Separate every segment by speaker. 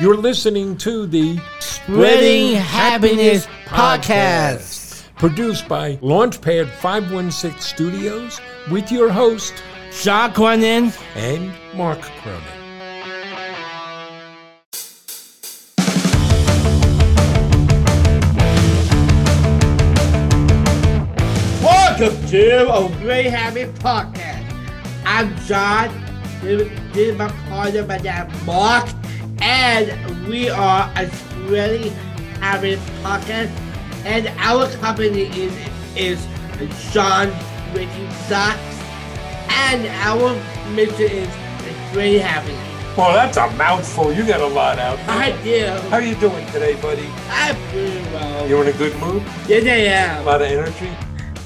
Speaker 1: You're listening to the
Speaker 2: Spreading Happiness Podcast.
Speaker 1: produced by Launchpad 516 Studios with your host
Speaker 2: Shaw Cronin.
Speaker 1: and Mark Cronin.
Speaker 2: Welcome to a Great Happy Podcast. I'm John. This this is my partner, my dad, Mark. And we are a Spreading Happiness Podcast. And our company is, is Sean Ricky Socks. And our mission is Great Happiness.
Speaker 1: Well, that's a mouthful. You got a lot out.
Speaker 2: I do.
Speaker 1: How you doing today, buddy?
Speaker 2: I'm doing well.
Speaker 1: You in a good mood?
Speaker 2: Yes,
Speaker 1: A
Speaker 2: I am.
Speaker 1: lot of energy?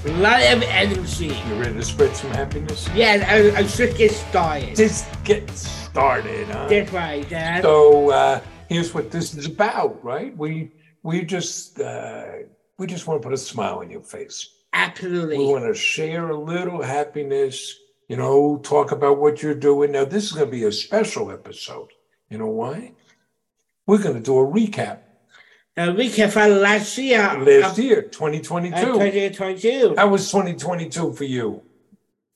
Speaker 2: A lot of energy.
Speaker 1: You ready to spread some happiness?
Speaker 2: Yes, I, I should get started.
Speaker 1: Just get started, huh?
Speaker 2: That's right, Dad.
Speaker 1: So uh, here's what this is about, right? We we just uh, we just want to put a smile on your face. We
Speaker 2: Absolutely.
Speaker 1: want to share a little happiness, you know, talk about what you're doing. Now, this is going to be a special episode. You know why? We're going to do a recap
Speaker 2: And we can find last year.
Speaker 1: last
Speaker 2: uh,
Speaker 1: year,
Speaker 2: uh,
Speaker 1: 2022.
Speaker 2: 2022.
Speaker 1: How was 2022 for you?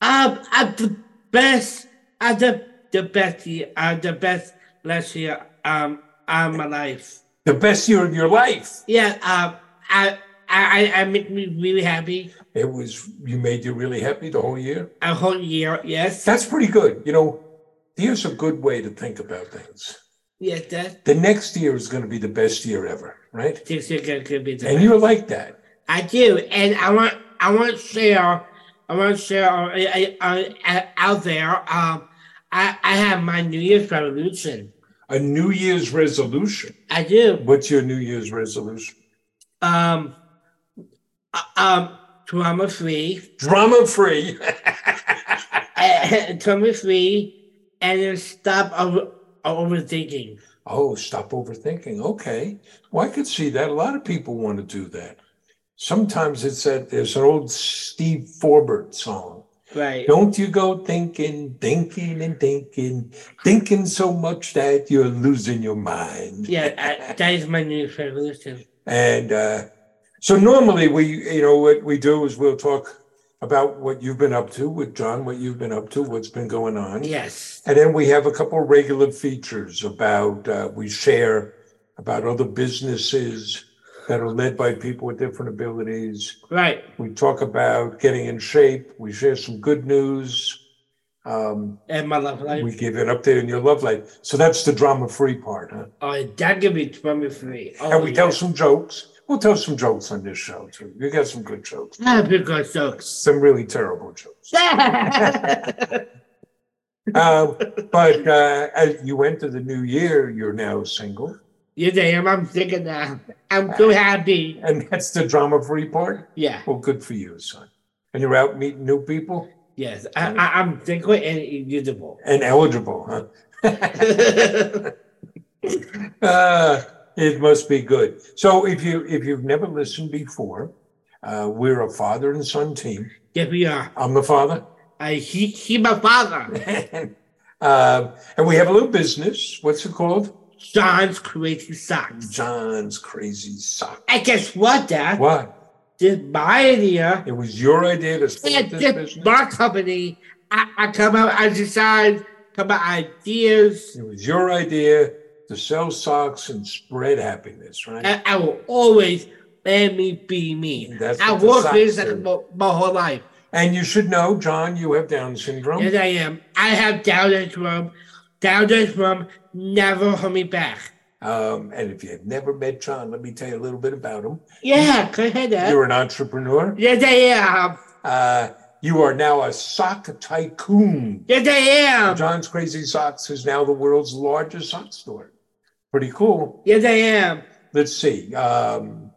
Speaker 2: Um, I'm the best. I'm the, the best year. I'm the best last year. Um, of my life.
Speaker 1: The best year of your life.
Speaker 2: Yeah. Um, I, I, I, I make me really happy.
Speaker 1: It was, you made you really happy the whole year.
Speaker 2: A whole year. Yes.
Speaker 1: That's pretty good. You know, here's a good way to think about things.
Speaker 2: Yes. That
Speaker 1: The next year is going to be the best year ever, right?
Speaker 2: this year gonna, gonna be the
Speaker 1: And you're like that.
Speaker 2: I do, and I want I want to share I want to share uh, uh, uh, out there. Um, I I have my New Year's resolution.
Speaker 1: A New Year's resolution.
Speaker 2: I do.
Speaker 1: What's your New Year's resolution?
Speaker 2: Um, uh, um, trauma free,
Speaker 1: drama free.
Speaker 2: trauma free, and then stop over overthinking.
Speaker 1: oh, stop overthinking. Okay. Well, I could see that. A lot of people want to do that. Sometimes it's that there's an old Steve Forbert song.
Speaker 2: Right.
Speaker 1: Don't you go thinking, thinking, and thinking, thinking so much that you're losing your mind.
Speaker 2: Yeah, I, that is my New Year's resolution.
Speaker 1: And uh, so normally we, you know, what we do is we'll talk about what you've been up to with John, what you've been up to, what's been going on.
Speaker 2: Yes.
Speaker 1: And then we have a couple of regular features about uh, we share about other businesses that are led by people with different abilities.
Speaker 2: Right.
Speaker 1: We talk about getting in shape. We share some good news. Um,
Speaker 2: And my love life.
Speaker 1: we give an update on your love life. So that's the drama free part, huh?
Speaker 2: Oh, that could be trauma free. Oh,
Speaker 1: and we
Speaker 2: yeah.
Speaker 1: tell some jokes. We'll tell some jokes on this show too. You got some good jokes,
Speaker 2: Ah, because jokes.
Speaker 1: some really terrible jokes.
Speaker 2: yes,
Speaker 1: Uh, but uh, as you enter the new year, you're now single,
Speaker 2: I am. I'm sick of that. I'm so happy.
Speaker 1: and that's the drama free part.
Speaker 2: Yeah.
Speaker 1: Well, good for you, son. And you're out meeting new people
Speaker 2: Yes. I, I, I'm single and usable.
Speaker 1: and eligible, huh? Uh, it must be good. So if you if you've never listened before, uh, we're a father and son team.
Speaker 2: yes, we are.
Speaker 1: I'm the father,
Speaker 2: I he, he my father.
Speaker 1: uh, and we have a little business. What's it called?
Speaker 2: John's crazy socks.
Speaker 1: John's Crazy Sock.
Speaker 2: And guess what, Dad?
Speaker 1: What?
Speaker 2: This my idea.
Speaker 1: It was your idea to start
Speaker 2: And
Speaker 1: this
Speaker 2: this
Speaker 1: business.
Speaker 2: my company. I, I come up. I decide. Come up ideas.
Speaker 1: It was your idea to sell socks and spread happiness, right?
Speaker 2: And I will always let me be me.
Speaker 1: That's
Speaker 2: I
Speaker 1: what the
Speaker 2: work
Speaker 1: socks
Speaker 2: this
Speaker 1: do.
Speaker 2: my, my whole life.
Speaker 1: And you should know, John, you have Down syndrome.
Speaker 2: Yes, I am. I have Down syndrome. Down syndrome never hold me back.
Speaker 1: Um, and if you've never met John, let me tell you a little bit about him.
Speaker 2: Yeah, go ahead. Dad.
Speaker 1: You're an entrepreneur.
Speaker 2: Yes, I am.
Speaker 1: Uh, you are now a sock tycoon.
Speaker 2: Yes, I am.
Speaker 1: John's Crazy Socks is now the world's largest sock store. Pretty cool.
Speaker 2: Yes, I am.
Speaker 1: Let's see. Um,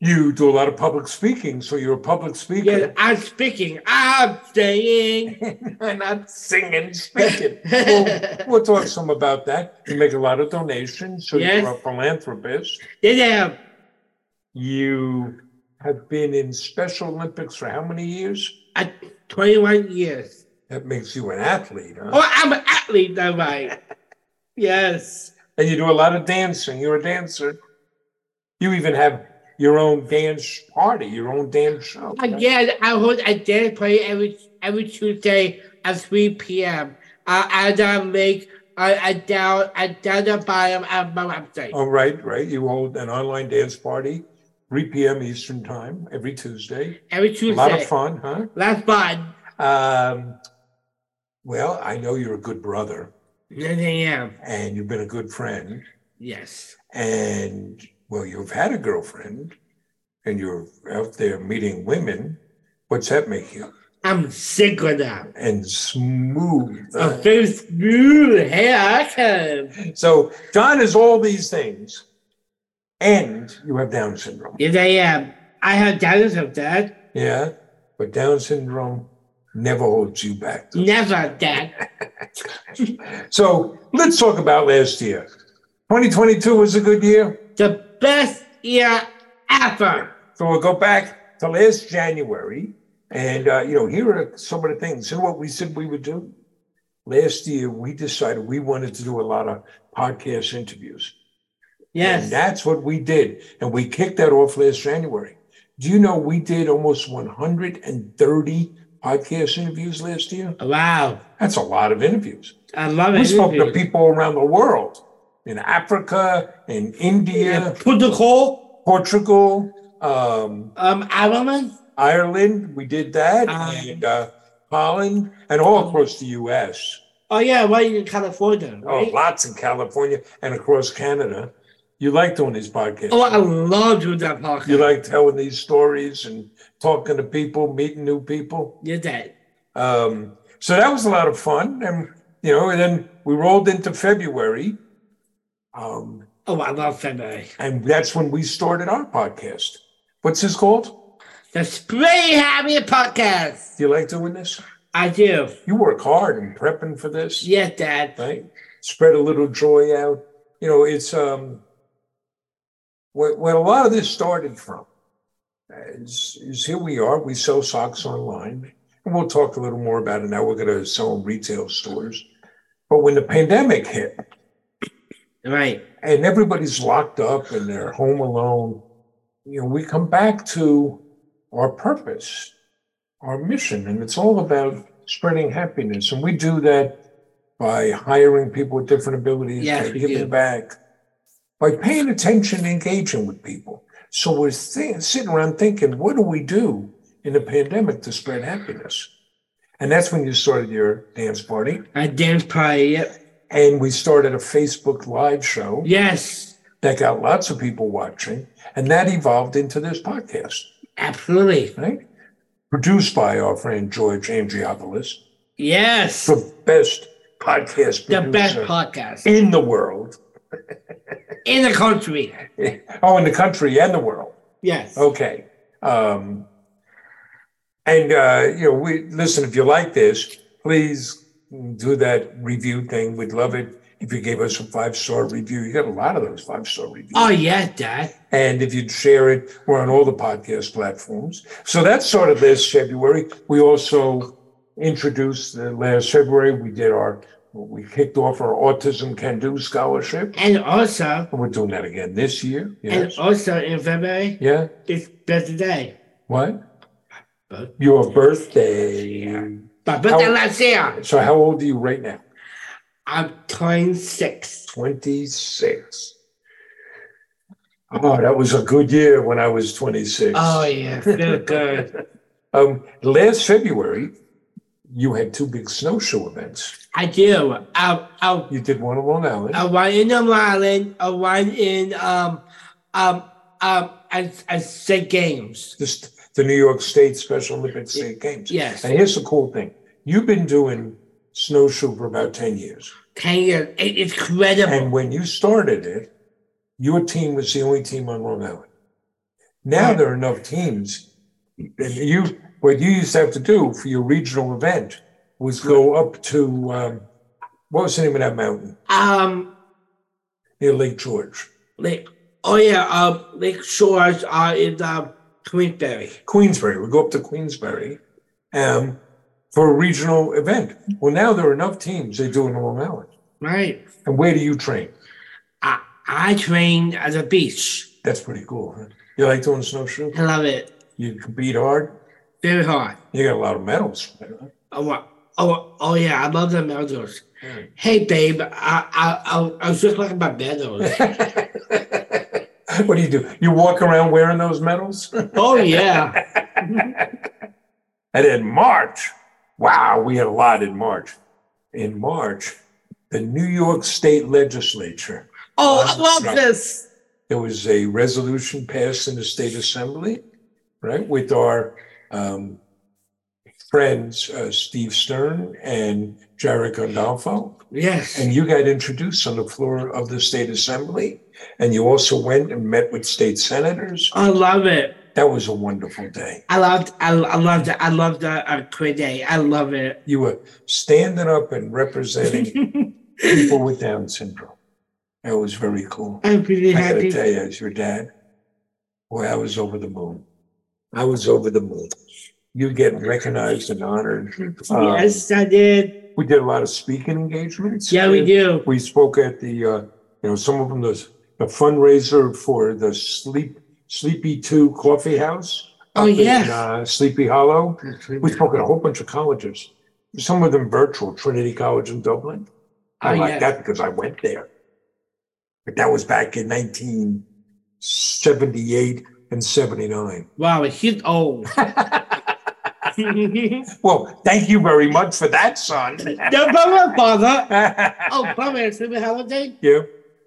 Speaker 1: you do a lot of public speaking, so you're a public
Speaker 2: Yes,
Speaker 1: speaker.
Speaker 2: I'm speaking. I'm saying.
Speaker 1: I'm not singing, speaking. we'll, we'll talk some about that. You make a lot of donations, so
Speaker 2: Yes.
Speaker 1: you're a philanthropist.
Speaker 2: Yes, I am.
Speaker 1: You have been in Special Olympics for how many years?
Speaker 2: At 21 years.
Speaker 1: That makes you an athlete, huh?
Speaker 2: Oh, I'm an athlete, all right. Yes.
Speaker 1: And you do a lot of dancing. You're a dancer. You even have your own dance party, your own dance show.
Speaker 2: Again, I hold a dance party every every Tuesday at 3 p.m. Uh, and I make uh, a down a down the bottom of my website.
Speaker 1: Oh, right, right. You hold an online dance party, 3 p.m. Eastern Time every Tuesday.
Speaker 2: every
Speaker 1: A
Speaker 2: Tuesday.
Speaker 1: lot of fun, huh?
Speaker 2: That's fun.
Speaker 1: Um, well, I know you're a good brother
Speaker 2: Yes, I am.
Speaker 1: and you've been a good friend.
Speaker 2: Yes.
Speaker 1: And well, you've had a girlfriend and you're out there meeting women. What's that make you?
Speaker 2: I'm single now.
Speaker 1: And smooth.
Speaker 2: A very smooth haircut.
Speaker 1: So John is all these things, and you have Down syndrome.
Speaker 2: Yes, I am. um, I have doubts of that.
Speaker 1: Yeah, but Down syndrome never holds you back.
Speaker 2: Never that.
Speaker 1: So let's talk about last year. 2022 was a good year.
Speaker 2: The best year ever.
Speaker 1: So we'll go back to last January, and uh, you know here are some of the things. You know what we said we would do? Last year we decided we wanted to do a lot of podcast interviews. And
Speaker 2: Yes.
Speaker 1: that's what we did. And we kicked that off last January. Do you know we did almost 130 podcast interviews last year?
Speaker 2: Wow.
Speaker 1: That's a lot of interviews.
Speaker 2: I love it.
Speaker 1: We spoke to people around the world in Africa, in
Speaker 2: Yeah.
Speaker 1: India,
Speaker 2: Portugal,
Speaker 1: Portugal, um,
Speaker 2: um, Ireland.
Speaker 1: Ireland. We did that.
Speaker 2: Um,
Speaker 1: and uh, Holland and all across the US.
Speaker 2: Oh yeah, right in California,
Speaker 1: Oh,
Speaker 2: right?
Speaker 1: lots in California and across Canada. You like doing these podcasts.
Speaker 2: Oh, I love doing that podcast.
Speaker 1: You like telling these stories and talking to people, meeting new people.
Speaker 2: Yes, that.
Speaker 1: Um, so that was a lot of fun. And, you know, and then we rolled into February. Um,
Speaker 2: Oh, I love February.
Speaker 1: and that's when we started our podcast. What's this called?
Speaker 2: The Spray Happy Podcast.
Speaker 1: Do you like doing this?
Speaker 2: I do.
Speaker 1: You work hard and prepping for this,
Speaker 2: Yes, Dad.
Speaker 1: right? Spread a little joy out. You know, it's um, where, where a lot of this started from. is, is here we are. We sell socks online, and we'll talk a little more about it now. We're going to sell in retail stores. But when the pandemic hit
Speaker 2: Right.
Speaker 1: and everybody's locked up and they're home alone, you know, we come back to our purpose, our mission, and it's all about spreading happiness. And we do that by hiring people with different abilities,
Speaker 2: Yes,
Speaker 1: by
Speaker 2: we
Speaker 1: giving
Speaker 2: do.
Speaker 1: back, by paying attention, and engaging with people. So we're thi- sitting around thinking, what do we do in the pandemic to spread happiness? And that's when you started your dance party.
Speaker 2: I dance party. Yep.
Speaker 1: And we started a Facebook live show
Speaker 2: Yes.
Speaker 1: that got lots of people watching, and that evolved into this podcast,
Speaker 2: Absolutely.
Speaker 1: right? Produced by our friend George Angiopoulos,
Speaker 2: Yes.
Speaker 1: the best podcast
Speaker 2: the best
Speaker 1: producer
Speaker 2: podcast
Speaker 1: in the world.
Speaker 2: in the country.
Speaker 1: Oh, in the country and the world.
Speaker 2: Yes.
Speaker 1: Okay. Um, and, uh, you know, we listen, if you like this, please do that review thing. We'd love it if you gave us a five star review. You got a lot of those five star reviews.
Speaker 2: Oh yes, Dad.
Speaker 1: And if you'd share it, we're on all the podcast platforms. So that's sort of last February. We also introduced uh, last February, we did our, we kicked off our Autism Can Do Scholarship.
Speaker 2: And also,
Speaker 1: And we're doing that again this year.
Speaker 2: and oh.
Speaker 1: Yes.
Speaker 2: also in February,
Speaker 1: yeah.
Speaker 2: it's birthday day.
Speaker 1: What?
Speaker 2: Birthday.
Speaker 1: Your birthday.
Speaker 2: My birthday
Speaker 1: How-
Speaker 2: last year.
Speaker 1: So how old are you right now?
Speaker 2: I'm 26.
Speaker 1: 26. Oh, that was a good year when I was 26.
Speaker 2: Oh yeah, feel good.
Speaker 1: Um, last February, you had two big snowshoe events.
Speaker 2: I do. I I
Speaker 1: You did one in Long Island.
Speaker 2: I one in Long Island. I one in um um um at at state games.
Speaker 1: This, the New York State Special Olympic State Games.
Speaker 2: Yes,
Speaker 1: And here's the cool thing. You've been doing snowshoe for about 10 years.
Speaker 2: ten years. It- It's incredible.
Speaker 1: And when you started it, your team was the only team on Long Island. Now there are enough teams. And you, what you used to have to do for your regional event was go up to, um, what was the name of that mountain
Speaker 2: Um,
Speaker 1: near Lake George?
Speaker 2: like oh yeah, um, Lake Shores are in um Queensberry.
Speaker 1: Queensbury. We go up to Queensbury um, for a regional event. Well, now there are enough teams. They do it in Long Island.
Speaker 2: Right.
Speaker 1: And where do you train?
Speaker 2: I, I train at the beach.
Speaker 1: That's pretty cool. Huh? You like doing snowshoe?
Speaker 2: I love it.
Speaker 1: You compete hard.
Speaker 2: Very hard.
Speaker 1: You got a lot of medals. huh?
Speaker 2: Oh, uh, oh, oh yeah, I love the medals.
Speaker 1: Yeah.
Speaker 2: Hey, babe, I, I, I, I was just looking about medals.
Speaker 1: what do you do? You walk around wearing those medals?
Speaker 2: oh, yeah.
Speaker 1: And in March, wow, we had a lot in March. In March, the New York State Legislature,
Speaker 2: Oh, I love this.
Speaker 1: there was a resolution passed in the State Assembly, right, with our um, friends uh, Steve Stern and Jared Gandolfo.
Speaker 2: Yes.
Speaker 1: And you got introduced on the floor of the State Assembly. And you also went and met with state senators.
Speaker 2: I love it.
Speaker 1: That was a wonderful day.
Speaker 2: I loved, I, I loved, I loved the uh, quit day. I love it.
Speaker 1: You were standing up and representing people with Down syndrome. That was very cool.
Speaker 2: I'm pretty
Speaker 1: I gotta
Speaker 2: happy.
Speaker 1: tell you, as your dad, boy, I was over the moon. I was over the moon. You getting recognized and honored. Um,
Speaker 2: yes, I did.
Speaker 1: We did a lot of speaking engagements.
Speaker 2: Yeah, we do.
Speaker 1: We spoke at the, uh, you know, some of them, the, the fundraiser for the Sleep, Sleepy Two Coffee House.
Speaker 2: Oh,
Speaker 1: up in,
Speaker 2: yes.
Speaker 1: uh, Sleepy Hollow. We spoke at a whole bunch of colleges, some of them virtual, Trinity College in Dublin. I
Speaker 2: Oh,
Speaker 1: like
Speaker 2: yes.
Speaker 1: that because I went there. But that was back in 1978 and 79.
Speaker 2: Wow, he's old.
Speaker 1: Well, thank you very much for that, son.
Speaker 2: No problem, father.
Speaker 1: yeah.
Speaker 2: Oh, come here, Sleepy Hollow Day.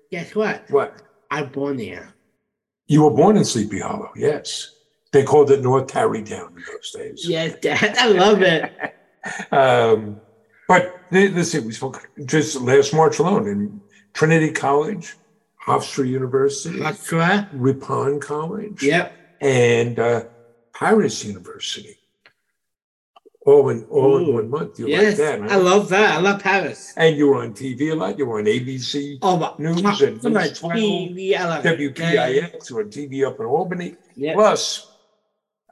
Speaker 2: Guess what?
Speaker 1: What?
Speaker 2: I'm born here.
Speaker 1: You were born in Sleepy Hollow, yes. They called it North Tarrytown in those days.
Speaker 2: Yes, Dad. I love it.
Speaker 1: Um, but th- let's see, we spoke just last March alone in Trinity College, Hofstra University,
Speaker 2: That's right.
Speaker 1: Ripon College,
Speaker 2: Yep.
Speaker 1: and uh, Paris University. All in all in
Speaker 2: Ooh.
Speaker 1: one month. You
Speaker 2: Yes.
Speaker 1: like that,
Speaker 2: I
Speaker 1: huh?
Speaker 2: love that. I love Paris.
Speaker 1: and you were on TV a lot. You were on ABC,
Speaker 2: Oh, my.
Speaker 1: News
Speaker 2: my-
Speaker 1: and
Speaker 2: my
Speaker 1: News 12,
Speaker 2: TV. I love it.
Speaker 1: WPIX, you were on TV up in Albany.
Speaker 2: Yeah.
Speaker 1: Plus,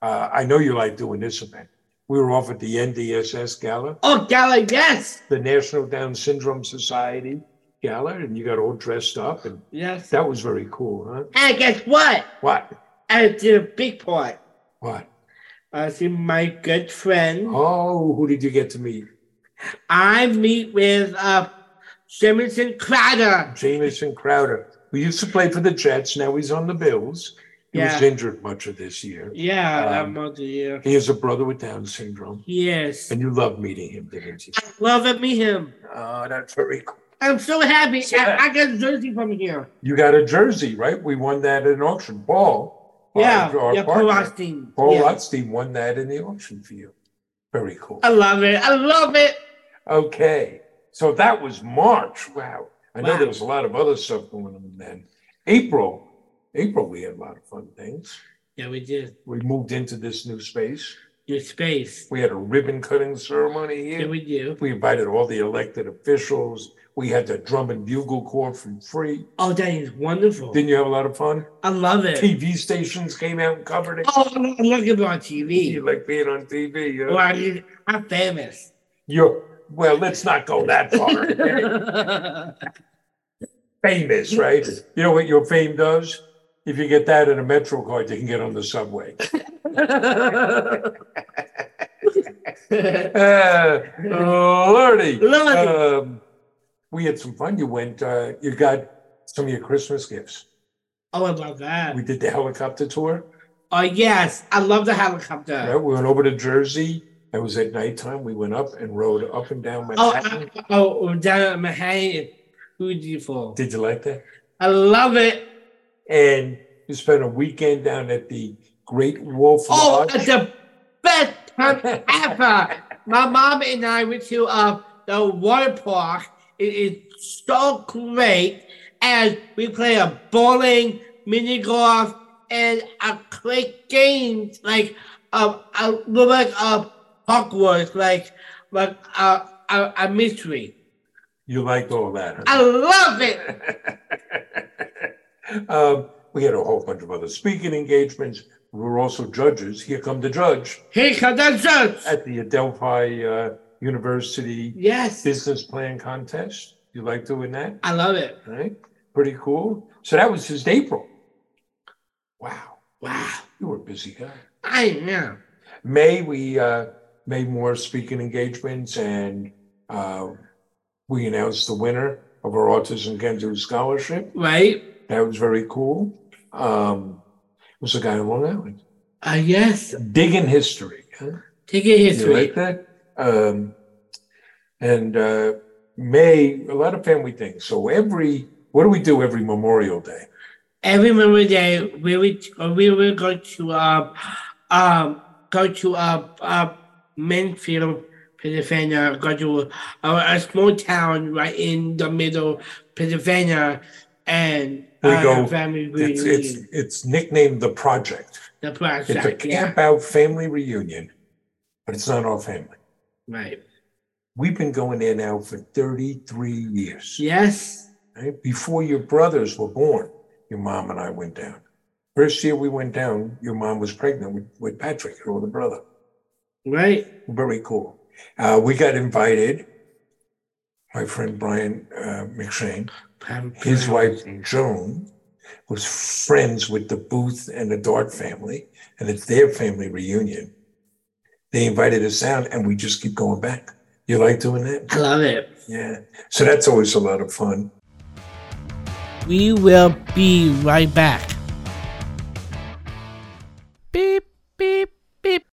Speaker 1: uh, I know you like doing this event. We were off at the NDSS Gala.
Speaker 2: Oh, Gala, yes.
Speaker 1: the National Down Syndrome Society gala, and you got all dressed up, and
Speaker 2: Yes.
Speaker 1: that was very cool, huh?
Speaker 2: And guess what?
Speaker 1: What?
Speaker 2: I did a big part.
Speaker 1: What?
Speaker 2: I see my good friend.
Speaker 1: Oh, who did you get to meet?
Speaker 2: I meet with uh, Jamison Crowder.
Speaker 1: Jamison Crowder, who used to play for the Jets. Now he's on the Bills. He was
Speaker 2: Yeah.
Speaker 1: injured much of this year.
Speaker 2: Yeah,
Speaker 1: Um,
Speaker 2: I'm on the year.
Speaker 1: He has a brother with Down syndrome,
Speaker 2: Yes.
Speaker 1: and you loved meeting him, didn't you?
Speaker 2: Love to meet him.
Speaker 1: Oh, that's very cool.
Speaker 2: I'm so happy.
Speaker 1: So-
Speaker 2: I, I got a jersey from here.
Speaker 1: You got a jersey, right? We won that at an auction. Paul, our-
Speaker 2: Yeah,
Speaker 1: our
Speaker 2: yeah,
Speaker 1: partner,
Speaker 2: Paul Austin.
Speaker 1: Paul
Speaker 2: yeah.
Speaker 1: Rothstein won that in the auction for you. Very cool.
Speaker 2: I love it. I love it.
Speaker 1: Okay. So that was March. Wow. I know
Speaker 2: Wow.
Speaker 1: there was a lot of other stuff going on then. April, April, we had a lot of fun things.
Speaker 2: Yeah, we did.
Speaker 1: We moved into this new space.
Speaker 2: Your space.
Speaker 1: We had a ribbon cutting ceremony
Speaker 2: Yeah,
Speaker 1: here.
Speaker 2: we do.
Speaker 1: We invited all the elected officials. We had the drum and bugle corps from free.
Speaker 2: Oh, that is wonderful.
Speaker 1: Didn't you have a lot of fun?
Speaker 2: I love it.
Speaker 1: TV stations came out and covered it.
Speaker 2: Oh, I lo- I love it on
Speaker 1: You
Speaker 2: TV.
Speaker 1: like being on TV.
Speaker 2: Well,
Speaker 1: Huh?
Speaker 2: I mean, I'm famous.
Speaker 1: You're, well, let's not go that far. okay?
Speaker 2: Oh,
Speaker 1: famous, right? You know what your fame does? If you get that in a Metro card, you can get on the subway. Uh, Lordy.
Speaker 2: Lordy.
Speaker 1: Um, we had some fun. You went, uh, you got some of your Christmas gifts.
Speaker 2: oh, I love that.
Speaker 1: We did the helicopter tour.
Speaker 2: Oh, yes. I love the helicopter.
Speaker 1: Right? We went over to Jersey. It was at nighttime. We went up and rode up and down
Speaker 2: Oh,
Speaker 1: Manhattan.
Speaker 2: I, oh, oh, down in Manhattan. Beautiful.
Speaker 1: Did you like that?
Speaker 2: I love it.
Speaker 1: And you spent a weekend down at the Great Wolf
Speaker 2: Oh,
Speaker 1: Lodge.
Speaker 2: it's the best time ever. My mom and I went to uh, the water park. It is so great. And we play a bowling, mini golf, and a great games like um, a little like uh, Hogwarts, like like uh, a, a mystery.
Speaker 1: You liked all that. huh?
Speaker 2: I love it.
Speaker 1: um, we had a whole bunch of other speaking engagements. We were also judges. Here come the judge
Speaker 2: Here comes the judge.
Speaker 1: at the Adelphi uh, University
Speaker 2: Yes.
Speaker 1: Business Plan Contest. You You like doing that?
Speaker 2: I love it.
Speaker 1: Right? Pretty cool. So that was just April. Wow.
Speaker 2: Wow.
Speaker 1: You were a busy guy.
Speaker 2: I know.
Speaker 1: May we uh, made more speaking engagements, and uh, we announced the winner of our Autism Kendo Scholarship.
Speaker 2: Right?
Speaker 1: That was very cool. Um, it was a guy in Long Island
Speaker 2: Uh, yes.
Speaker 1: digging history. huh?
Speaker 2: Take it
Speaker 1: You
Speaker 2: history.
Speaker 1: like that? Um, and uh, May a lot of family things. So every what do we do every Memorial Day?
Speaker 2: Every Memorial Day, we would uh, we would go to um um go to um uh, Mansfield, Pennsylvania. Go to uh, a small town right in the middle, Pennsylvania, and
Speaker 1: We
Speaker 2: uh,
Speaker 1: go-
Speaker 2: family
Speaker 1: It's
Speaker 2: reunion.
Speaker 1: it's it's nicknamed the project.
Speaker 2: the
Speaker 1: It's a
Speaker 2: project, yeah,
Speaker 1: camp out family reunion, but it's not our family.
Speaker 2: right.
Speaker 1: We've been going there now for 33 years.
Speaker 2: Yes,
Speaker 1: right? Before your brothers were born, your mom and I went down. First year we went down, your mom was pregnant with, with Patrick, your older brother.
Speaker 2: right.
Speaker 1: Very cool. Uh, we got invited. My friend Brian uh, McShane, his wife Joan, was friends with the Booth and the Dart family, and it's their family reunion. They invited us out, and we just keep going back. You like doing that?
Speaker 2: I love it.
Speaker 1: Yeah. So that's always a lot of fun.
Speaker 2: We will be right back.
Speaker 3: Beep, beep, beep.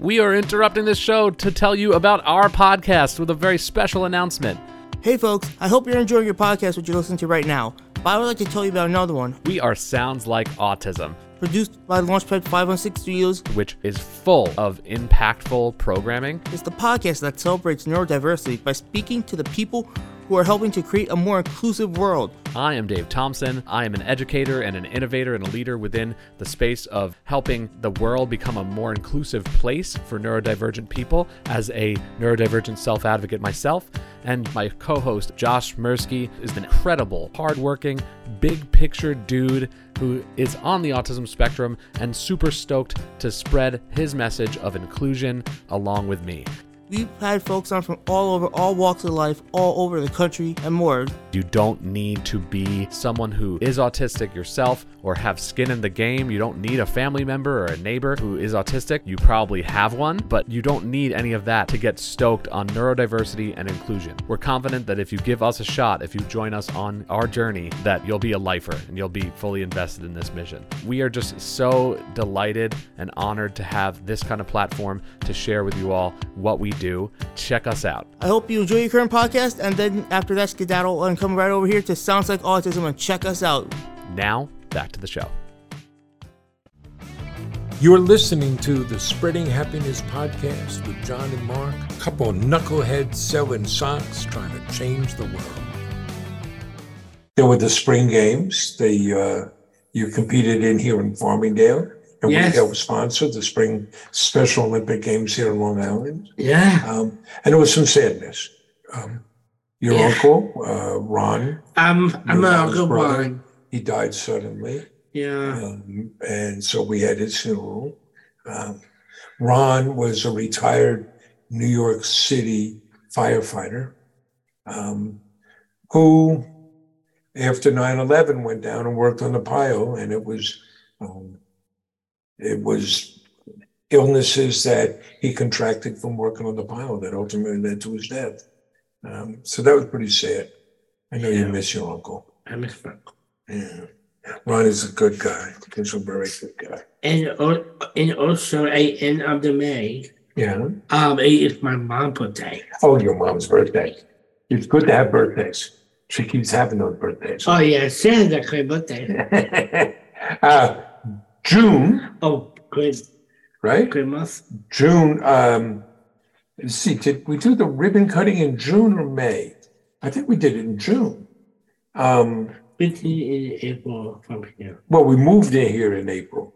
Speaker 3: We are interrupting this show to tell you about our podcast with a very special announcement.
Speaker 4: Hey folks, I hope you're enjoying your podcast which you're listening to right now. But I would like to tell you about another one,
Speaker 3: We are Sounds Like Autism,
Speaker 4: produced by Launchpad 516 Studios.
Speaker 3: which is full of impactful programming.
Speaker 4: It's the podcast that celebrates neurodiversity by speaking to the people who are helping to create a more inclusive world.
Speaker 3: I am Dave Thompson. I am an educator and an innovator and a leader within the space of helping the world become a more inclusive place for neurodivergent people as a neurodivergent self advocate myself. And my co host, Josh Mirsky, is an incredible, hardworking, big picture dude who is on the autism spectrum and super stoked to spread his message of inclusion along with me.
Speaker 4: We've had folks on from all over, all walks of life, all over the country, and more.
Speaker 3: You don't need to be someone who is autistic yourself or have skin in the game. You don't need a family member or a neighbor who is autistic. You probably have one, but you don't need any of that to get stoked on neurodiversity and inclusion. We're confident that if you give us a shot, if you join us on our journey, that you'll be a lifer and you'll be fully invested in this mission. We are just so delighted and honored to have this kind of platform to share with you all what we do. Check us out.
Speaker 4: I hope you enjoy your current podcast, and then after that, skedaddle and come right over here to Sounds Like Autism and check us out.
Speaker 3: Now, back to the show.
Speaker 1: You're listening to the Spreading Happiness podcast with John and Mark, couple knuckleheads selling socks trying to change the world. There were the spring games. They uh, you competed in here in Farmingdale, and
Speaker 2: Yes.
Speaker 1: we helped sponsor the spring Special Olympic Games here in Long Island.
Speaker 2: Yeah.
Speaker 1: Um, and there was some sadness. Um, your
Speaker 2: Yeah.
Speaker 1: uncle uh, Ron,
Speaker 2: I'm I'm
Speaker 1: your
Speaker 2: a
Speaker 1: mom's
Speaker 2: good
Speaker 1: brother,
Speaker 2: one.
Speaker 1: He died suddenly.
Speaker 2: Yeah.
Speaker 1: Um, and so we had his funeral. Um, Ron was a retired New York City firefighter um, who, after 9 11, went down and worked on the pile. And it was, um, it was illnesses that he contracted from working on the pile that ultimately led to his death. Um, so that was pretty sad. I know you
Speaker 2: Yeah.
Speaker 1: miss your uncle.
Speaker 2: I miss my
Speaker 1: Yeah. Ron is a good guy. He's a very good guy.
Speaker 2: and al- and also a end of the May.
Speaker 1: Yeah.
Speaker 2: Um, it is my mom's birthday.
Speaker 1: Oh, your mom's birthday. It's good to have birthdays. She keeps having those birthdays.
Speaker 2: Oh yeah, Santa's a great birthday.
Speaker 1: uh, June,
Speaker 2: Oh, great,
Speaker 1: right?
Speaker 2: great month.
Speaker 1: June. Um, let's see, did we do the ribbon cutting in June or May? I think we did it in June. Um,
Speaker 2: Fifteen in April from here.
Speaker 1: Well, we moved in here in April,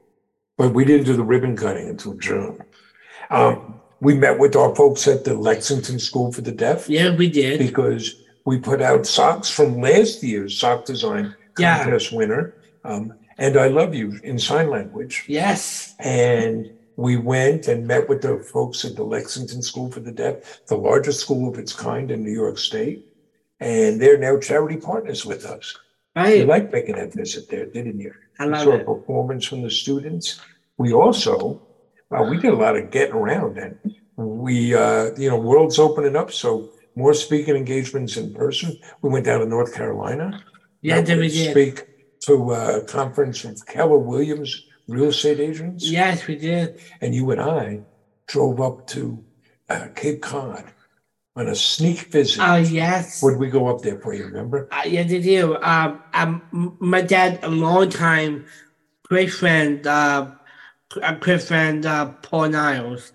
Speaker 1: but we didn't do the ribbon cutting until June. Um, we met with our folks at the Lexington School for the Deaf
Speaker 2: Yeah, we did.
Speaker 1: because we put out socks from last year's sock design
Speaker 2: Yeah.
Speaker 1: contest winner, um, and I love you in sign language.
Speaker 2: Yes.
Speaker 1: And we went and met with the folks at the Lexington School for the Deaf, the largest school of its kind in New York State. And they're now charity partners with us. You
Speaker 2: Right.
Speaker 1: liked making that visit there, didn't you?
Speaker 2: I
Speaker 1: We
Speaker 2: love
Speaker 1: saw a
Speaker 2: it.
Speaker 1: performance from the students. We also, uh, we did a lot of getting around and we, uh, you know, world's opening up. So more speaking engagements in person. We went down to North Carolina.
Speaker 2: Yeah,
Speaker 1: That
Speaker 2: did we
Speaker 1: would
Speaker 2: did.
Speaker 1: Speak to uh, a conference with Keller Williams, real estate agents.
Speaker 2: Yes, we did.
Speaker 1: And you and I drove up to uh, Cape Cod on a sneak visit.
Speaker 2: Oh, yes.
Speaker 1: Would we go up there for you, remember?
Speaker 2: Uh, yeah, they do. Um, um, m- my dad, a long time great friend, uh, a great friend, uh, Paul Niles.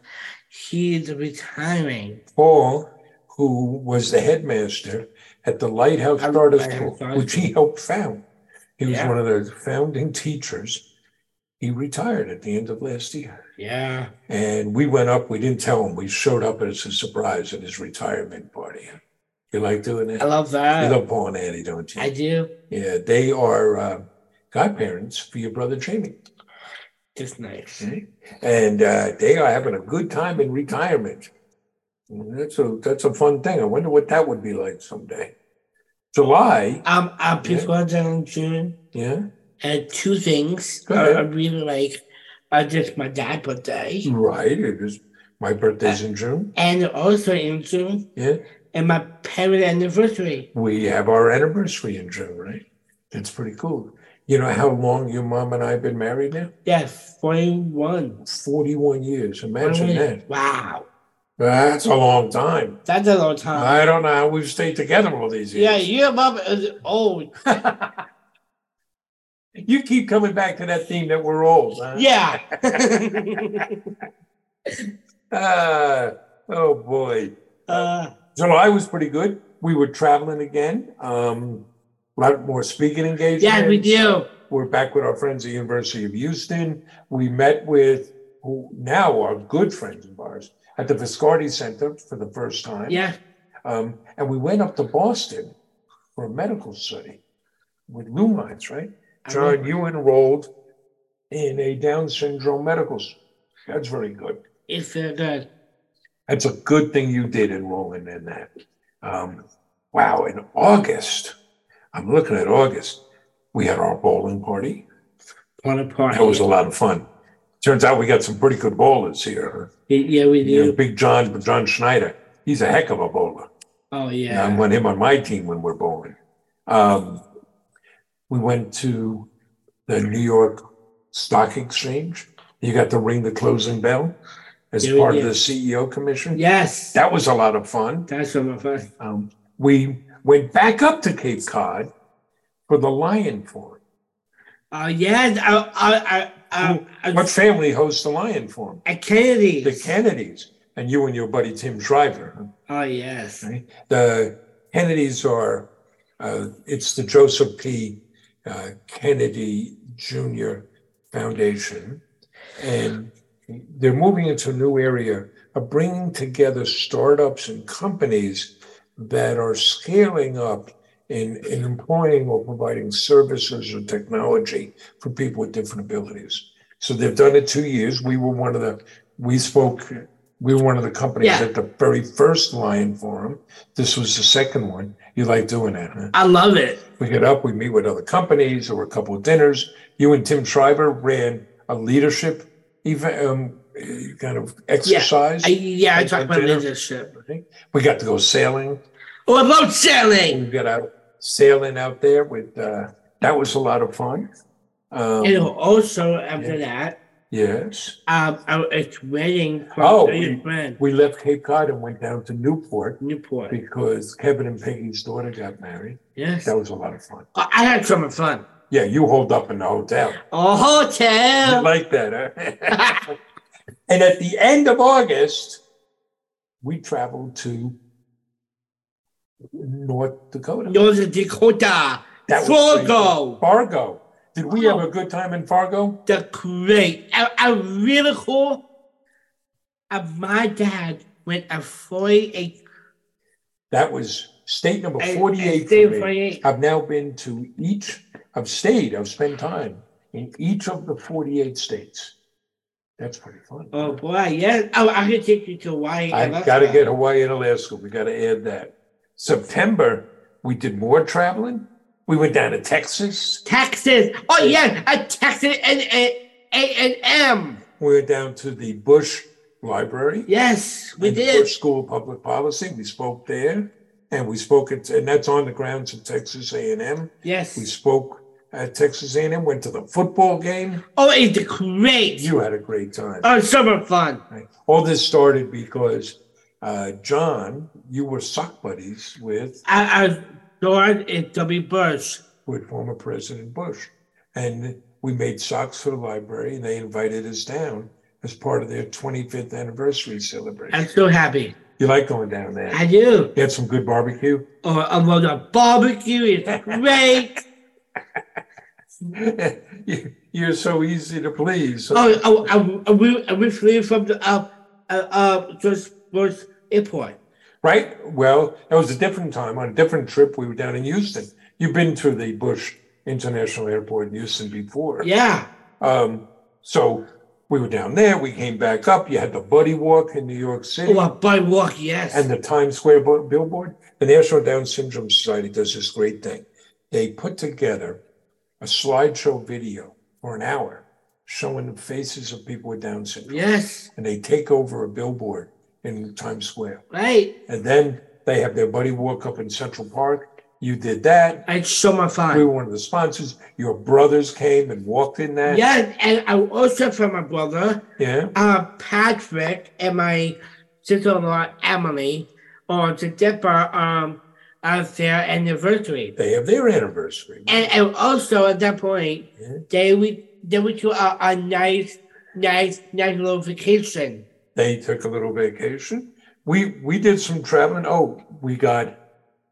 Speaker 2: He's retiring.
Speaker 1: Paul, who was the headmaster at the Lighthouse
Speaker 2: I
Speaker 1: Charter
Speaker 2: remember
Speaker 1: School,
Speaker 2: Charter
Speaker 1: which he helped found. He was
Speaker 2: Yeah.
Speaker 1: one of the founding teachers. He retired at the end of last year.
Speaker 2: Yeah.
Speaker 1: And we went up, we didn't tell him, we showed up as a surprise at his retirement party. You like doing
Speaker 2: I
Speaker 1: that?
Speaker 2: love
Speaker 1: You
Speaker 2: that.
Speaker 1: love Paul and Annie, don't you?
Speaker 2: I do.
Speaker 1: Yeah, they are uh, godparents for your brother Jamie.
Speaker 2: It's nice.
Speaker 1: Mm-hmm. And uh, they are having a good time in retirement. And that's a that's a fun thing. I wonder what that would be like someday. July,
Speaker 2: Um, uh, people are down in June.
Speaker 1: yeah,
Speaker 2: And two things
Speaker 1: Go
Speaker 2: I,
Speaker 1: ahead. Mm-hmm.
Speaker 2: I really like are just my dad's birthday.
Speaker 1: right. It is my birthday's in June.
Speaker 2: And also in June,
Speaker 1: Yeah,
Speaker 2: and my parent anniversary.
Speaker 1: we have our anniversary in June, right? That's pretty cool. You know how long your mom and I have been married now?
Speaker 2: Yes, 41.
Speaker 1: Forty-one years. Imagine that.
Speaker 2: Wow.
Speaker 1: That's a long time.
Speaker 2: That's a long time.
Speaker 1: I don't know how we've stayed together all these years.
Speaker 2: Yeah, your mom is old.
Speaker 1: You keep coming back to that theme that we're old. Huh?
Speaker 2: Yeah.
Speaker 1: Ah, oh boy.
Speaker 2: uh,
Speaker 1: July was pretty good. We were traveling again. Um, a lot more speaking engagements.
Speaker 2: yeah, we do.
Speaker 1: We're back with our friends at the University of Houston. We met with who now are good friends of ours at the Viscardi Center for the first time.
Speaker 2: Yeah.
Speaker 1: Um, and we went up to Boston for a medical study with Lumines, right?
Speaker 2: I
Speaker 1: John,
Speaker 2: remember.
Speaker 1: you enrolled in a Down syndrome medical. s- That's very good.
Speaker 2: It's so good.
Speaker 1: That's a good thing you did enrolling in that. Um, wow, in August, I'm looking at August, we had our bowling party.
Speaker 2: One apart.
Speaker 1: That was a lot of fun. Turns out we got some pretty good bowlers here.
Speaker 2: Yeah, we
Speaker 1: You know,
Speaker 2: do.
Speaker 1: Big John, John Schneider, he's a heck of a bowler.
Speaker 2: Oh,
Speaker 1: And I
Speaker 2: yeah.
Speaker 1: want him on my team when we're bowling. Um, we went to the New York Stock Exchange. You got to ring the closing bell as
Speaker 2: Yeah, we
Speaker 1: part of
Speaker 2: did.
Speaker 1: the CEO commission.
Speaker 2: Yes.
Speaker 1: That was a lot of fun.
Speaker 2: That's what my first.
Speaker 1: Um, we went back up to Cape Cod for the lion forum.
Speaker 2: Oh, yes. I, I, I, I, I,
Speaker 1: What family hosts the lion forum?
Speaker 2: at Kennedy.
Speaker 1: The Kennedys and you and your buddy Tim Shriver.
Speaker 2: oh, yes.
Speaker 1: right? The Kennedys are, uh, it's the Joseph P. Uh, Kennedy Jr. Foundation, and they're moving into a new area of bringing together startups and companies that are scaling up in, in employing or providing services or technology for people with different abilities. So they've done it two years. We were one of the, we spoke, we were one of the companies
Speaker 2: Yeah.
Speaker 1: at the very first Lion Forum. This was the second one. You like doing that, huh?
Speaker 2: I love it.
Speaker 1: We get up, we meet with other companies, there were a couple of dinners. You and Tim Schreiber ran a leadership event, um, eh, kind of exercise.
Speaker 2: I, yeah, I talk about
Speaker 1: Dinner.
Speaker 2: leadership.
Speaker 1: We got to go sailing.
Speaker 2: Oh, I love
Speaker 1: We
Speaker 2: selling.
Speaker 1: got out sailing out there with, uh, that was a lot of fun. Um,
Speaker 2: And also, after that,
Speaker 1: yes.
Speaker 2: um, I was waiting for
Speaker 1: Oh,
Speaker 2: a
Speaker 1: we-
Speaker 2: friend,
Speaker 1: We left Cape Cod and went down to Newport
Speaker 2: Newport.
Speaker 1: because Kevin and Peggy's daughter got married.
Speaker 2: Yes.
Speaker 1: That was a lot of fun.
Speaker 2: Oh, I had some fun.
Speaker 1: Yeah, you holed up in the hotel.
Speaker 2: A
Speaker 1: You
Speaker 2: hotel.
Speaker 1: like that, huh? and at the end of August, we traveled to North Dakota.
Speaker 2: North Dakota.
Speaker 1: That was
Speaker 2: Fargo.
Speaker 1: great. Fargo. Did we have
Speaker 2: Wow.
Speaker 1: a good time in Fargo?
Speaker 2: The great. I, I really cool. Uh, my dad went a 48.
Speaker 1: That was state number
Speaker 2: And- and
Speaker 1: 48
Speaker 2: stayed
Speaker 1: for me.
Speaker 2: 48.
Speaker 1: I've now been to each, I've stayed, I've spent time in each of the 48 states. That's pretty fun.
Speaker 2: Oh boy, yes. Oh, I could take you to Hawaii.
Speaker 1: I got to get Hawaii and Alaska. We got to add that. September, we did more traveling. We went down to Texas.
Speaker 2: Texas. Oh yeah, a Texas and a and M.
Speaker 1: We went down to the Bush Library.
Speaker 2: Yes, we
Speaker 1: and the
Speaker 2: did.
Speaker 1: Bush School of Public Policy. We spoke there, and we spoke at, and that's on the grounds of Texas A and M. We
Speaker 2: Yes.
Speaker 1: spoke at Texas A and M. Went to the football game.
Speaker 2: Oh, it's great.
Speaker 1: You had a great time.
Speaker 2: oh, summer fun.
Speaker 1: Right. All this started because uh, John, you were sock buddies with
Speaker 2: I, I was born in W. Bush.
Speaker 1: with former President Bush, and we made socks for the library, and they invited us down as part of their 25th anniversary celebration.
Speaker 2: I'm so happy.
Speaker 1: You like going down there?
Speaker 2: I do.
Speaker 1: Get some good barbecue.
Speaker 2: Oh, I love the barbecue. It's great.
Speaker 1: You- You're so easy to please.
Speaker 2: oh, oh, I, I, we, we flew from the uh, uh, uh, George Bush Airport.
Speaker 1: Right? Well, that was a different time. On a different trip, we were down in Houston. You've been to the Bush International Airport in Houston before.
Speaker 2: Yeah.
Speaker 1: Um, so we were down there. We came back up. You had the Buddy Walk in New York City.
Speaker 2: Oh, a boardwalk. Yes.
Speaker 1: and the Times Square bu- billboard. The National Down Syndrome Society does this great thing. They put together a slideshow video for an hour showing the faces of people with Down syndrome,
Speaker 2: yes.
Speaker 1: and they take over a billboard in Times Square.
Speaker 2: Right.
Speaker 1: And then they have their buddy walk up in Central Park. You did that.
Speaker 2: It's so much
Speaker 1: We
Speaker 2: fun.
Speaker 1: were one of the sponsors. Your brothers came and walked in that.
Speaker 2: Yeah, and I also from my brother,
Speaker 1: Yeah.
Speaker 2: uh, Patrick, and my sister-in-law Emily, on the Dipper um, at their anniversary.
Speaker 1: They have their anniversary.
Speaker 2: And, and also at that point,
Speaker 1: Yeah.
Speaker 2: they we they went to a, a nice, nice, nice little vacation.
Speaker 1: they took a little vacation. We we did some traveling. Oh, we got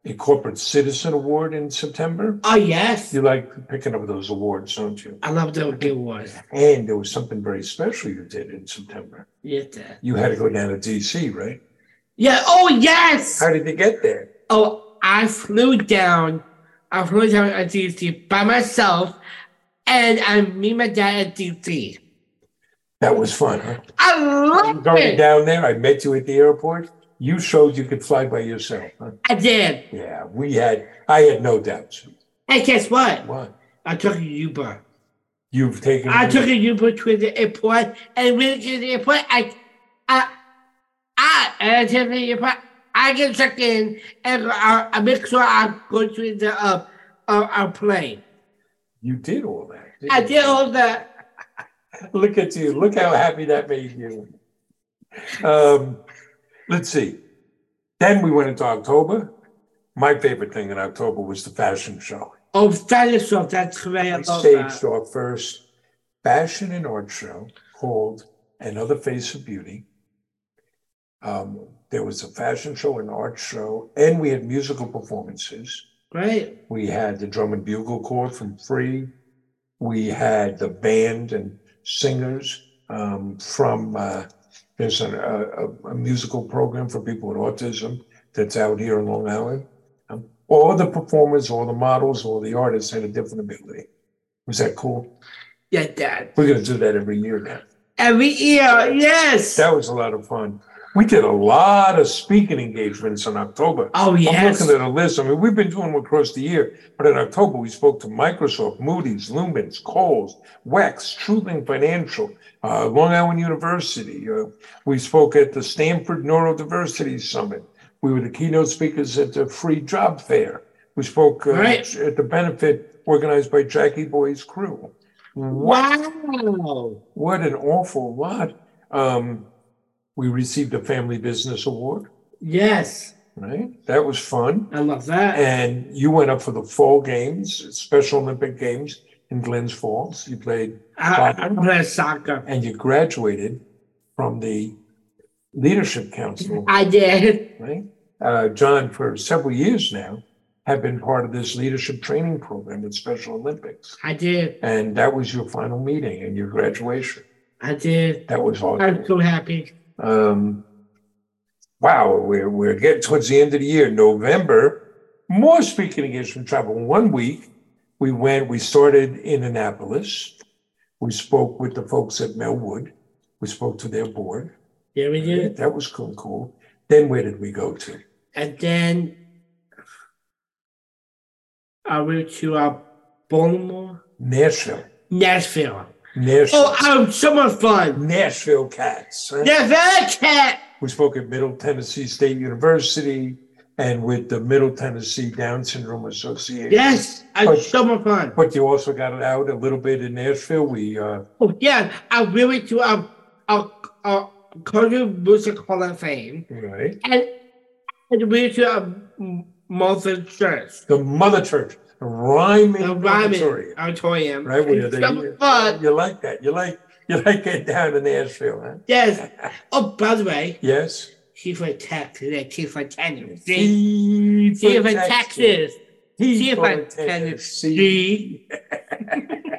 Speaker 1: a corporate citizen award in September.
Speaker 2: Oh yes,
Speaker 1: You like picking up those awards, don't you?
Speaker 2: I love the good ones.
Speaker 1: And there was something very special you did in September.
Speaker 2: Yes, sir.
Speaker 1: You had to go down to DC, right?
Speaker 2: Yeah. Oh yes.
Speaker 1: How did you get there?
Speaker 2: Oh, I flew down. I flew down at DC by myself, and I meet my dad at DC.
Speaker 1: That was fun, huh?
Speaker 2: I love
Speaker 1: Going
Speaker 2: it.
Speaker 1: down there, I met you at the airport. You showed you could fly by yourself. Huh?
Speaker 2: I did.
Speaker 1: Yeah, we had. I had no doubts.
Speaker 2: Hey, guess what?
Speaker 1: What?
Speaker 2: I took a Uber.
Speaker 1: You've taken.
Speaker 2: I took a Uber to the airport, and when I get to the airport, I, I, I, and I tell the airport, I can check in, and I, I make sure I go to the uh, uh, uh plane.
Speaker 1: You did all that. didn't
Speaker 2: I
Speaker 1: you?
Speaker 2: did all that.
Speaker 1: Look at you. Look how happy that made you. Um, let's see. Then we went into October. My favorite thing in October was the fashion show.
Speaker 2: Oh, dinosaur! That's great. I
Speaker 1: We
Speaker 2: love
Speaker 1: staged
Speaker 2: that.
Speaker 1: our first fashion and art show called Another Face of Beauty. Um, there was a fashion show, an art show, and we had musical performances.
Speaker 2: Great.
Speaker 1: We had the drum and bugle corps from Free. We had the band and singers um, from uh, there's an, a, a, a musical program for people with autism that's out here in Long Island. Um, all the performers, all the models, all the artists had a different ability. Was that cool?
Speaker 2: Yeah, Dad.
Speaker 1: We're going to do that every year now.
Speaker 2: Every year, yes.
Speaker 1: That was a lot of fun. We did a lot of speaking engagements in October.
Speaker 2: Oh yes.
Speaker 1: I'm looking at a list. I mean, we've been doing them across the year, but in October we spoke to Microsoft, Moody's, Lumens, Kohl's, Wex, Truling Financial, uh, Long Island University. Uh, we spoke at the Stanford Neurodiversity Summit. We were the keynote speakers at the Free Job Fair. We spoke uh,
Speaker 2: Right.
Speaker 1: at the benefit organized by Jackie Boy's crew.
Speaker 2: Wow.
Speaker 1: What an awful lot. Um, we received a Family Business Award,
Speaker 2: Yes.
Speaker 1: right? That was fun.
Speaker 2: I love that.
Speaker 1: and you went up for the fall games, Special Olympic Games in Glens Falls. You played
Speaker 2: I, I'm playing soccer.
Speaker 1: and you graduated from the Leadership Council,
Speaker 2: I did.
Speaker 1: right? Uh, John, for several years now, have been part of this leadership training program at Special Olympics.
Speaker 2: I did.
Speaker 1: And that was your final meeting and your graduation.
Speaker 2: I did.
Speaker 1: That was all.
Speaker 2: I'm so happy.
Speaker 1: Um, wow, we're, we're getting towards the end of the year, November. More speaking engagement travel. One week, we went, we started in Annapolis. We spoke with the folks at Melwood. We spoke to their board.
Speaker 2: Yeah, we did.
Speaker 1: That was cool, cool. Then where did we go to?
Speaker 2: And then I went to uh, Baltimore,
Speaker 1: Nashville.
Speaker 2: Nashville.
Speaker 1: Nashville.
Speaker 2: Oh, um, I'm so much fun.
Speaker 1: Nashville Cats. huh?
Speaker 2: Nashville cat.
Speaker 1: We spoke at Middle Tennessee State University and with the Middle Tennessee Down Syndrome Association.
Speaker 2: Yes,
Speaker 1: Oh,
Speaker 2: I'm so much fun.
Speaker 1: But you also got it out a little bit in Nashville. We uh,
Speaker 2: Oh yeah, I um, went to a a a country uh, music hall of fame,
Speaker 1: right.
Speaker 2: and and went to a Mother Church,
Speaker 1: the Mother Church, the rhyming
Speaker 2: the Ryman
Speaker 1: auditorium,
Speaker 2: Auditorium.
Speaker 1: right? Where you're there,
Speaker 2: So
Speaker 1: you,
Speaker 2: fun.
Speaker 1: you like that? You like you like it down in Nashville, huh?
Speaker 2: Yes. Oh, by the way,
Speaker 1: Yes.
Speaker 2: she's from Texas. She's from Tennessee.
Speaker 1: She's
Speaker 2: She's from Texas. She's from
Speaker 1: Tennessee.
Speaker 2: Tennessee.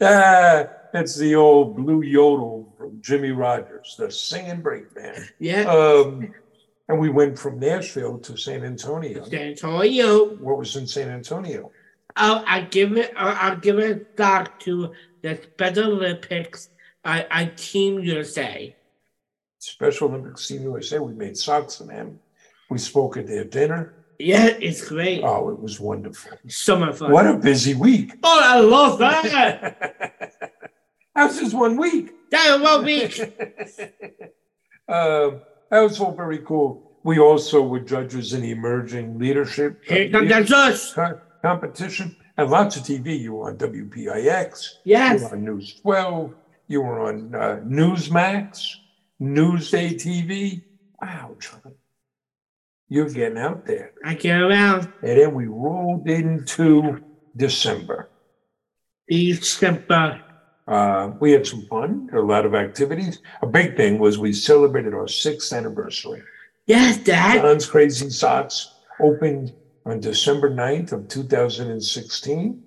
Speaker 1: Ah, that's the old blue yodel from Jimmy Rogers, the singing break band.
Speaker 2: Yeah.
Speaker 1: Um, and we went from Nashville to San Antonio.
Speaker 2: San Antonio.
Speaker 1: What was in San Antonio?
Speaker 2: I'll, i give it. I'll, I'll give it back to the Special Olympics. I, I Team USA.
Speaker 1: Special Olympics Team USA. We made socks and them. We spoke at their dinner.
Speaker 2: Yeah, it's great.
Speaker 1: Oh, it was wonderful.
Speaker 2: so much fun.
Speaker 1: What a busy week.
Speaker 2: Oh, I love that.
Speaker 1: that was just one week.
Speaker 2: that will be.
Speaker 1: Um, that was all very cool. We also were judges in the emerging leadership
Speaker 2: Here comes the judge.
Speaker 1: co- competition and lots of TV. You were on WPIX, you
Speaker 2: Yes.
Speaker 1: were on News 12, you were on uh, Newsmax, Newsday TV. Wow, John, you're getting out there.
Speaker 2: I get around.
Speaker 1: And then we rolled into December.
Speaker 2: December.
Speaker 1: Uh, we had some fun, a lot of activities. A big thing was we celebrated our sixth anniversary.
Speaker 2: Yes, Dad.
Speaker 1: John's Crazy Socks opened on December 9th of 2016.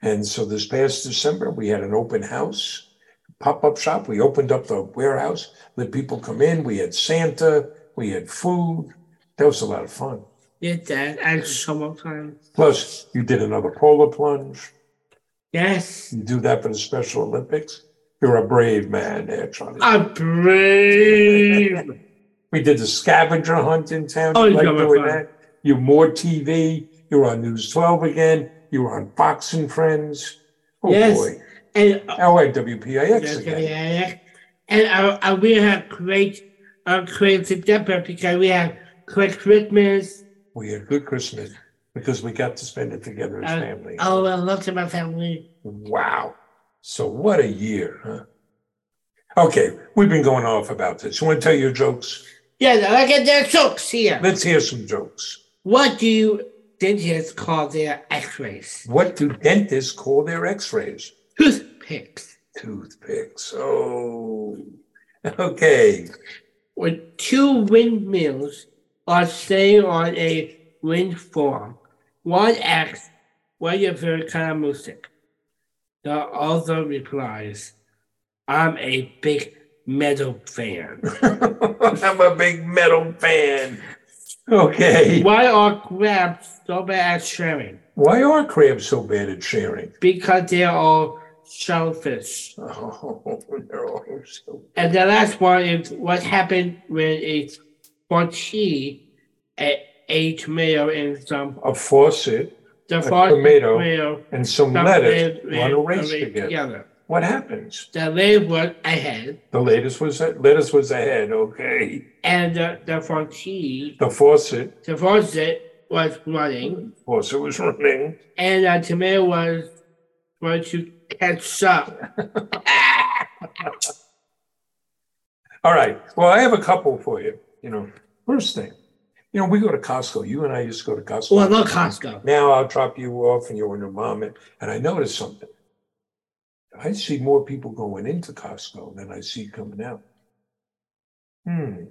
Speaker 1: And so this past December, we had an open house, pop-up shop. We opened up the warehouse, let people come in. We had Santa, we had food. That was a lot of fun.
Speaker 2: Yes, Dad. I had so much fun.
Speaker 1: Plus, you did another polar plunge.
Speaker 2: Yes.
Speaker 1: You do that for the Special Olympics. You're a brave man there, Charlie.
Speaker 2: I'm brave.
Speaker 1: We did the scavenger hunt in town.
Speaker 2: Oh,
Speaker 1: you
Speaker 2: you
Speaker 1: like
Speaker 2: got my
Speaker 1: doing
Speaker 2: phone.
Speaker 1: that? You more TV. You were on News 12 again. You were on Fox and Friends. Oh
Speaker 2: Yes.
Speaker 1: boy.
Speaker 2: and uh,
Speaker 1: Now I have WPIX again.
Speaker 2: yeah, and uh, uh, we had great, uh, great September because we had great Christmas.
Speaker 1: We had a good Christmas because we got to spend it together as
Speaker 2: Uh,
Speaker 1: family.
Speaker 2: Oh, I love to my family.
Speaker 1: Wow. So what a year, huh? Okay, we've been going off about this. You want to tell your jokes?
Speaker 2: Yeah, look at their jokes here.
Speaker 1: Let's hear some jokes.
Speaker 2: What do you dentists call their X-rays?
Speaker 1: What do dentists call their x-rays?
Speaker 2: Toothpicks.
Speaker 1: Toothpicks. Oh. Okay.
Speaker 2: When two windmills are staying on a wind farm, one asks, "What is your favorite kind of music?" The other replies, "I'm a big metal fan."
Speaker 1: I'm a big metal fan. Okay.
Speaker 2: Why are crabs so bad at sharing?
Speaker 1: Why are crabs so bad at sharing?
Speaker 2: Because they are shellfish.
Speaker 1: Oh, they're all so.
Speaker 2: And the last one is what happened when a tortilla a- a tomato and some
Speaker 1: A faucet
Speaker 2: the
Speaker 1: A
Speaker 2: frosted
Speaker 1: tomato
Speaker 2: tomato
Speaker 1: and some
Speaker 2: some
Speaker 1: lettuce
Speaker 2: red-
Speaker 1: run a
Speaker 2: red-
Speaker 1: race
Speaker 2: red
Speaker 1: together. What happens?
Speaker 2: The red was ahead,
Speaker 1: The latest was lettuce was ahead. Okay.
Speaker 2: and the the tortilla
Speaker 1: The faucet
Speaker 2: the faucet was running,
Speaker 1: faucet was running.
Speaker 2: and the tomato was trying to catch up.
Speaker 1: All right. Well, I have a couple for you. You know, first thing, you know, we go to Costco. You and I used to go to Costco.
Speaker 2: Well, not Costco.
Speaker 1: Now I'll drop you off and you're in your mom. And, and I noticed something. I see more people going into Costco than I see coming out. Hmm.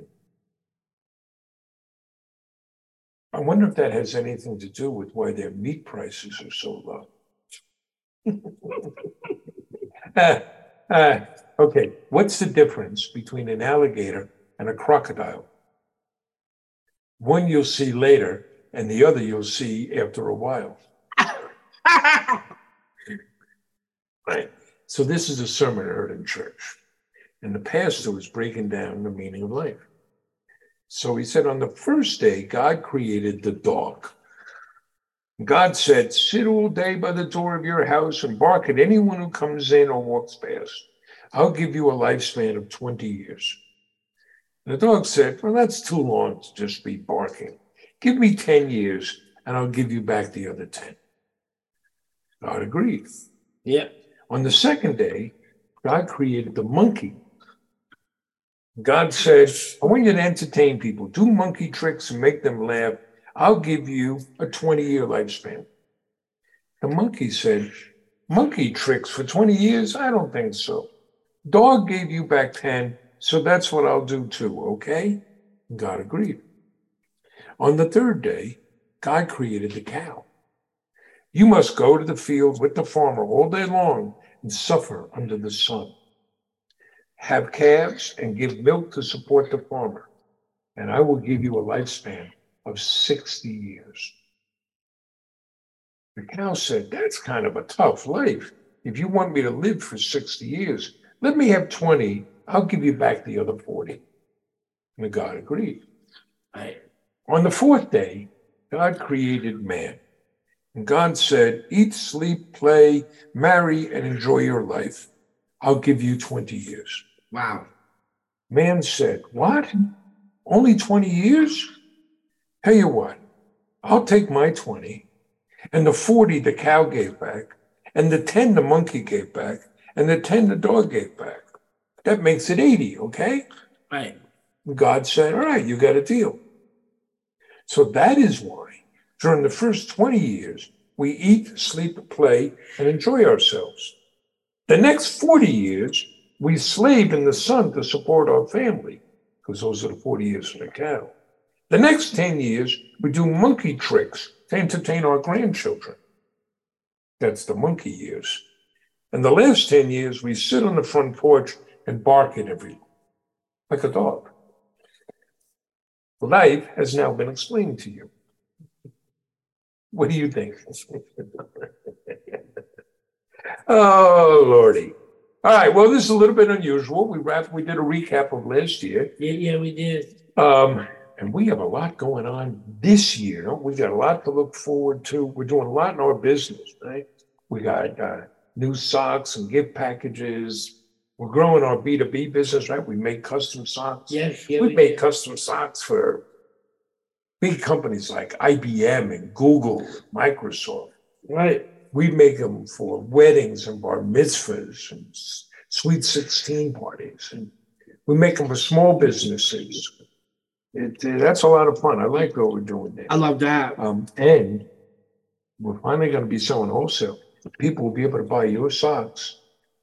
Speaker 1: I wonder if that has anything to do with why their meat prices are so low. Ah, ah, okay, what's the difference between an alligator and a crocodile? One you'll see later, and the other you'll see after a while. Right. So this is a sermon I heard in church. In the past, it was breaking down the meaning of life. So he said, on the first day, God created the dog. God said, Sit all day by the door of your house and bark at anyone who comes in or walks past. I'll give you a lifespan of 20 years. And the dog said, Well, that's too long to just be barking. Give me 10 years and I'll give you back the other 10. God agreed.
Speaker 2: Yeah.
Speaker 1: On the second day, God created the monkey. God said, I want you to entertain people, do monkey tricks and make them laugh. I'll give you a 20 year lifespan. The monkey said, Monkey tricks for 20 years? I don't think so. Dog gave you back 10, so that's what I'll do too, okay? God agreed. On the third day, God created the cow. You must go to the field with the farmer all day long and suffer under the sun. Have calves and give milk to support the farmer, and I will give you a lifespan of 60 years. The cow said, That's kind of a tough life. If you want me to live for 60 years, let me have 20. I'll give you back the other 40. And the God agreed.
Speaker 2: Right.
Speaker 1: On the fourth day, God created man. And God said, Eat, sleep, play, marry, and enjoy your life. I'll give you 20 years.
Speaker 2: Wow.
Speaker 1: Man said, What? Only 20 years? Tell you what, I'll take my 20 and the 40 the cow gave back, and the 10 the monkey gave back, and the 10 the dog gave back. That makes it 80, okay?
Speaker 2: Right.
Speaker 1: God said, All right, you got a deal. So that is why during the first 20 years, we eat, sleep, play, and enjoy ourselves. The next 40 years, we slave in the sun to support our family, because those are the 40 years for the cow. The next 10 years, we do monkey tricks to entertain our grandchildren. That's the monkey years. And the last 10 years, we sit on the front porch and bark at everyone like a dog. Life has now been explained to you. What do you think? oh, Lordy. All right. Well, this is a little bit unusual. We wrapped, we did a recap of last year.
Speaker 2: Yeah, yeah, we did.
Speaker 1: Um, and we have a lot going on this year. don't We We got a lot to look forward to. We're doing a lot in our business, right? We got uh, new socks and gift packages. We're growing our B2B business, right? We make custom socks.
Speaker 2: Yes, yeah,
Speaker 1: We make
Speaker 2: did.
Speaker 1: custom socks for big companies like IBM and Google, and Microsoft.
Speaker 2: Right.
Speaker 1: We make them for weddings and bar mitzvahs and s- sweet 16 parties. And we make them for small businesses. It, uh, that's a lot of fun. I like what we're doing there.
Speaker 2: I love that.
Speaker 1: Um, and we're finally going to be selling wholesale. People will be able to buy your socks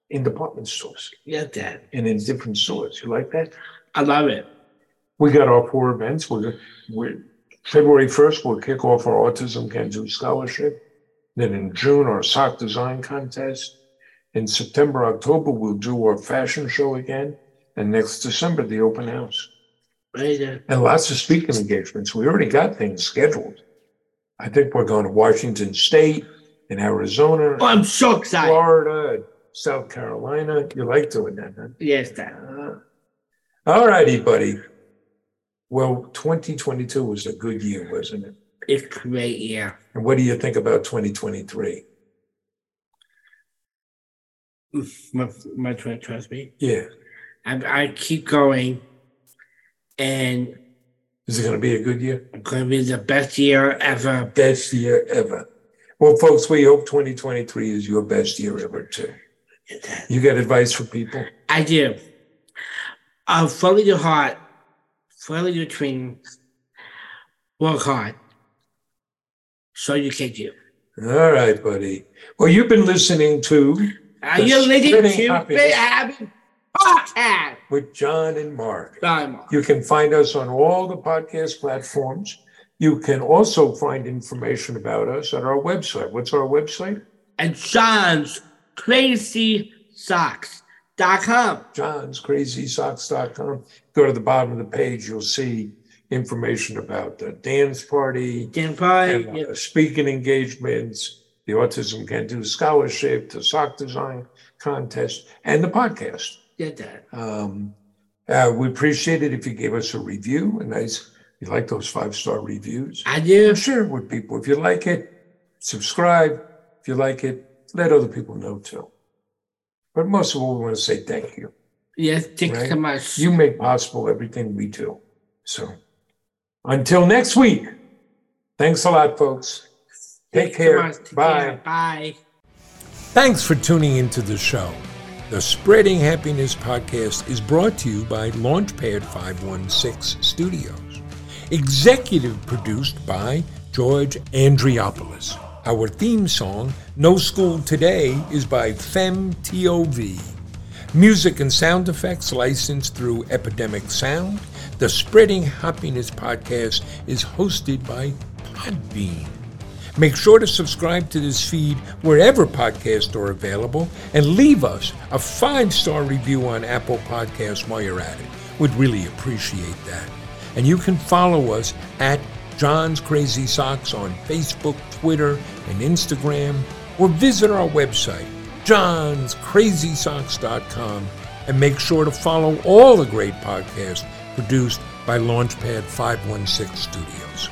Speaker 1: in department stores
Speaker 2: Yeah, that.
Speaker 1: and in different stores. You like that?
Speaker 2: I love it.
Speaker 1: we got our four events. We're, we're February first. We'll kick off our autism can do scholarship. Then in June, our sock design contest. In September, October, we'll do our fashion show again, and next December the open house
Speaker 2: Right there.
Speaker 1: and lots of speaking engagements. We already got things scheduled. I think we're going to Washington State and Arizona,
Speaker 2: Oh, I'm so excited.
Speaker 1: Florida, South Carolina. You like doing that, huh?
Speaker 2: yes, that.
Speaker 1: All righty, buddy. Well, 2022 was a good year, wasn't it?
Speaker 2: It's great, yeah.
Speaker 1: And what do you think about 2023?
Speaker 2: My, my twin, trust me.
Speaker 1: Yeah.
Speaker 2: I, I keep going, and
Speaker 1: Is it going to be a good year?
Speaker 2: it's going to be the best year ever.
Speaker 1: Best year ever. Well, folks, we hope 2023 is your best year ever, too. You got advice for people?
Speaker 2: I do. Uh, follow your heart, follow your dreams, work hard, so you can do.
Speaker 1: All right, buddy. Well, you've been listening to
Speaker 2: Are
Speaker 1: The
Speaker 2: you listening
Speaker 1: Spreading
Speaker 2: to
Speaker 1: Happiness.
Speaker 2: Big Happy Podcast?
Speaker 1: with John and Mark.
Speaker 2: Diamond.
Speaker 1: You can find us on all the podcast platforms. You can also find information about us at our website. What's our website?
Speaker 2: And John's Crazy Socks.com.
Speaker 1: johnscrazysocks.com. Go to the bottom of the page, you'll see information about the dance party,
Speaker 2: Then probably,
Speaker 1: and, uh, speaking engagements, the Autism Can Do Scholarship, the sock design contest, and the podcast.
Speaker 2: Get that.
Speaker 1: Um, uh, we appreciate it if you gave us a review, a nice, you like those five star reviews.
Speaker 2: I do.
Speaker 1: Share it with people. If you like it, subscribe. If you like it, let other people know too. But most of all, we want to say thank you.
Speaker 2: Yes, thank you so
Speaker 1: Right.
Speaker 2: much.
Speaker 1: You make possible everything we do. So until next week, thanks a lot, folks. Take
Speaker 2: Thank you so
Speaker 1: care.
Speaker 2: much. Take
Speaker 1: Bye.
Speaker 2: care. Bye.
Speaker 1: Thanks for tuning into the show. The Spreading Happiness podcast is brought to you by Launchpad 516 Studios, executive produced by George Andriopoulos. Our theme song, No School Today, is by FemTOV. Music and sound effects licensed through Epidemic Sound. The Spreading Happiness podcast is hosted by Podbean. Make sure to subscribe to this feed wherever podcasts are available and leave us a five star review on Apple Podcasts while you're at it. We'd really appreciate that. And you can follow us at John's Crazy Socks on Facebook, Twitter, and Instagram, or visit our website, johnscrazysocks.com, and make sure to follow all the great podcasts produced by Launchpad 516 Studios.